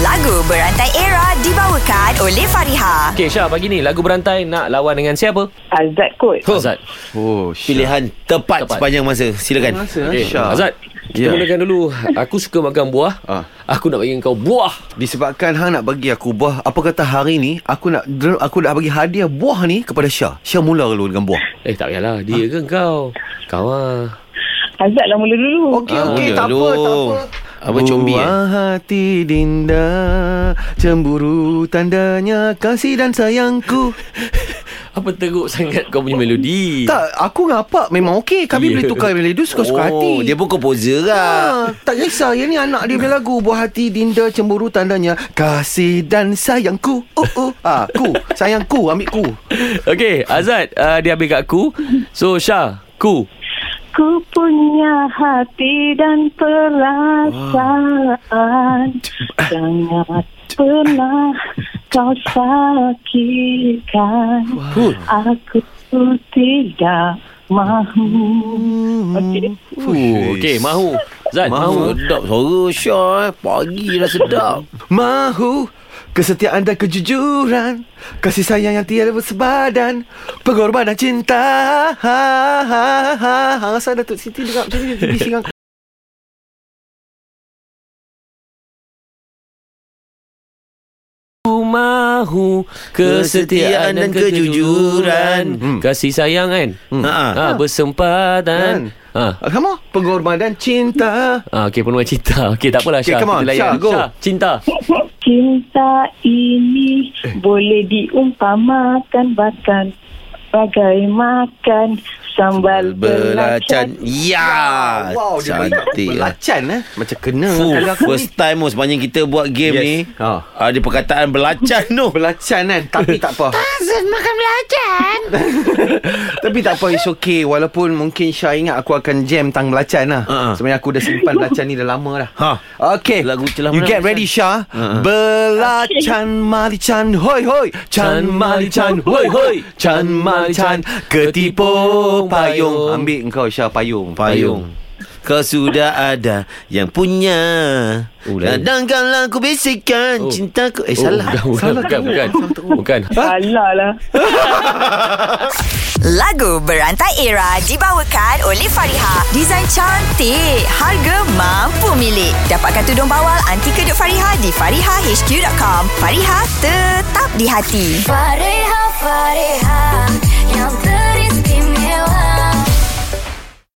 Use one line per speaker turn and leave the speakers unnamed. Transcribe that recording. Lagu Berantai Era dibawakan oleh Fariha.
Okey Syah pagi ni lagu berantai nak lawan dengan siapa?
Azad kot.
Huh. Azad.
Oh, Pilihan
Pilihan tepat,
Tepat.
sepanjang masa. Silakan.
Eh, Azad. Kita
Ya.
mulakan dulu. Aku suka makan buah.
Ah.
Aku nak bagi kau buah.
Disebabkan hang nak bagi aku buah, apa kata hari ni aku nak aku nak bagi hadiah buah ni kepada Syah. Syah mula dulu dengan buah.
Eh tak payahlah. Dia ke kau? Kau ah.
Azad lah mula dulu.
Okey
Ah,
okey,
mula
tak apa,
dulu.
tak apa.
Abang Combi, eh?
Buah hati Dinda Cemburu tandanya Kasih dan sayangku
Apa teruk sangat kau punya melodi?
Tak Aku ngapak memang okey
Ya.
Kami boleh tukar melodi Suka-suka hati
Oh, dia pun komposer
Ah,
lah.
tak kisah Yang ni anak dia punya lagu Buah hati Dinda cemburu tandanya Kasih dan sayangku Oh oh ah, Ku Sayangku Ambil ku
Okey, Azad uh, dia ambil kat aku. So Syah, ku.
Ku punya hati dan perasaan Jangan pernah kau sakitkan Aku tidak mahu
Hmm.
Okey.
Uh, Okey, mahu. Zat, mahu.
Mahu sedap suara Syah eh. Pagi dah sedap.
Mahu kesetiaan dan kejujuran Kasih sayang yang tiada bersebadan Pengorbanan cinta Ha, Rasa ha. Datuk Siti dengar macam ni Bibir singang
Ku mahu kesetiaan dan kejujuran.
Hmm.
Kasih sayang kan?
Hmm.
Ha.
Ha, bersempatan. Ha.
Kamu Ah, Pengorbanan cinta
Ah, okay, penuh cinta. Okay, tak apalah
Okey,
Syah.
come on.
Kita layan.
Syah, go.
Syah, cinta.
Cinta ini boleh diumpamakan bahkan Bagai makan sambal
Belacan.
belacan
Ya.
Wow dia banyak
Cantik lah.
Belacan eh Macam kena
Fuh,
Kalau aku
first time oh, sepanjang kita buat game
Yes.
ni.
Ha.
Ada perkataan belacan tu.
Belacan kan Tapi tak apa
Azan makan belacan.
Tapi tak apa It's okay Walaupun mungkin Syah ingat Aku akan jam tang belacan lah
Ha.
Sebenarnya aku dah simpan belacan ni dah lama dah
Ha.
Okay
Lagu celah
You
mana,
get
Ustaz?
ready Syah
Ha.
Belacan Mali Chan Hoi hoi Chan Mali Chan Hoi hoi Chan Mali Chan Ketipu Payung Ambil engkau Syah Payung
Payung. Kau sudah ada yang punya.
Oh, lain.
Kadang kala aku bisikkan
Oh.
cintaku.
Oh,
Eh, salah.
Bukan,
Salah
bukan,
teruk.
bukan. Bukan.
Alah lah
Lagu Berantai Era dibawakan oleh Fariha. Desain cantik, harga mampu milik. Dapatkan tudung bawal anti kedut Fariha di farihahq.com. Fariha tetap di hati.
Fareha, fareha, yang teri